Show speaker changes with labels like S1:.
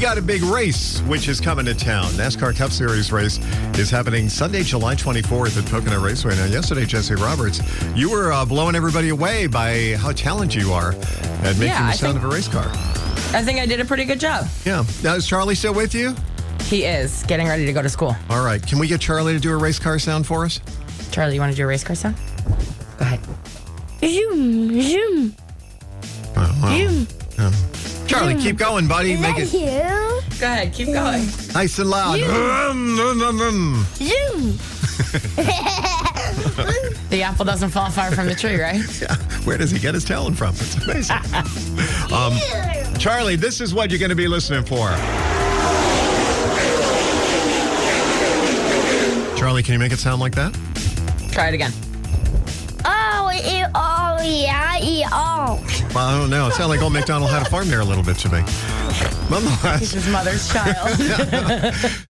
S1: got a big race which is coming to town. NASCAR Cup Series race is happening Sunday, July 24th at Pocono Raceway. Now, yesterday, Jesse Roberts, you were uh, blowing everybody away by how talented you are at making
S2: Yeah,
S1: the
S2: I
S1: sound of
S2: think-
S1: a race car.
S2: I think I did a pretty good job.
S1: Yeah. Now, is Charlie still with you?
S2: He is getting ready to go to school.
S1: All right. Can we get Charlie to do a race car sound for us?
S2: Charlie, you want to do a race car sound? Go ahead.
S3: Zoom, zoom.
S1: Oh, wow. Yeah. Charlie, keep going, buddy. Make it
S3: you.
S2: Go ahead. Keep going.
S1: nice and loud. Vroom, vroom, vroom, vroom.
S3: Zoom.
S2: The apple doesn't fall far from the tree, right?
S1: Yeah. Where does he get his talent from? It's amazing. um, Charlie, this is what you're going to be listening for. Charlie, can you make it sound like that?
S2: Try it again.
S3: Oh, it, oh, yeah, it, oh.
S1: Well, I don't know. It sounded like old McDonald had a farm there a little bit to me. Nonetheless,
S2: His mother's child.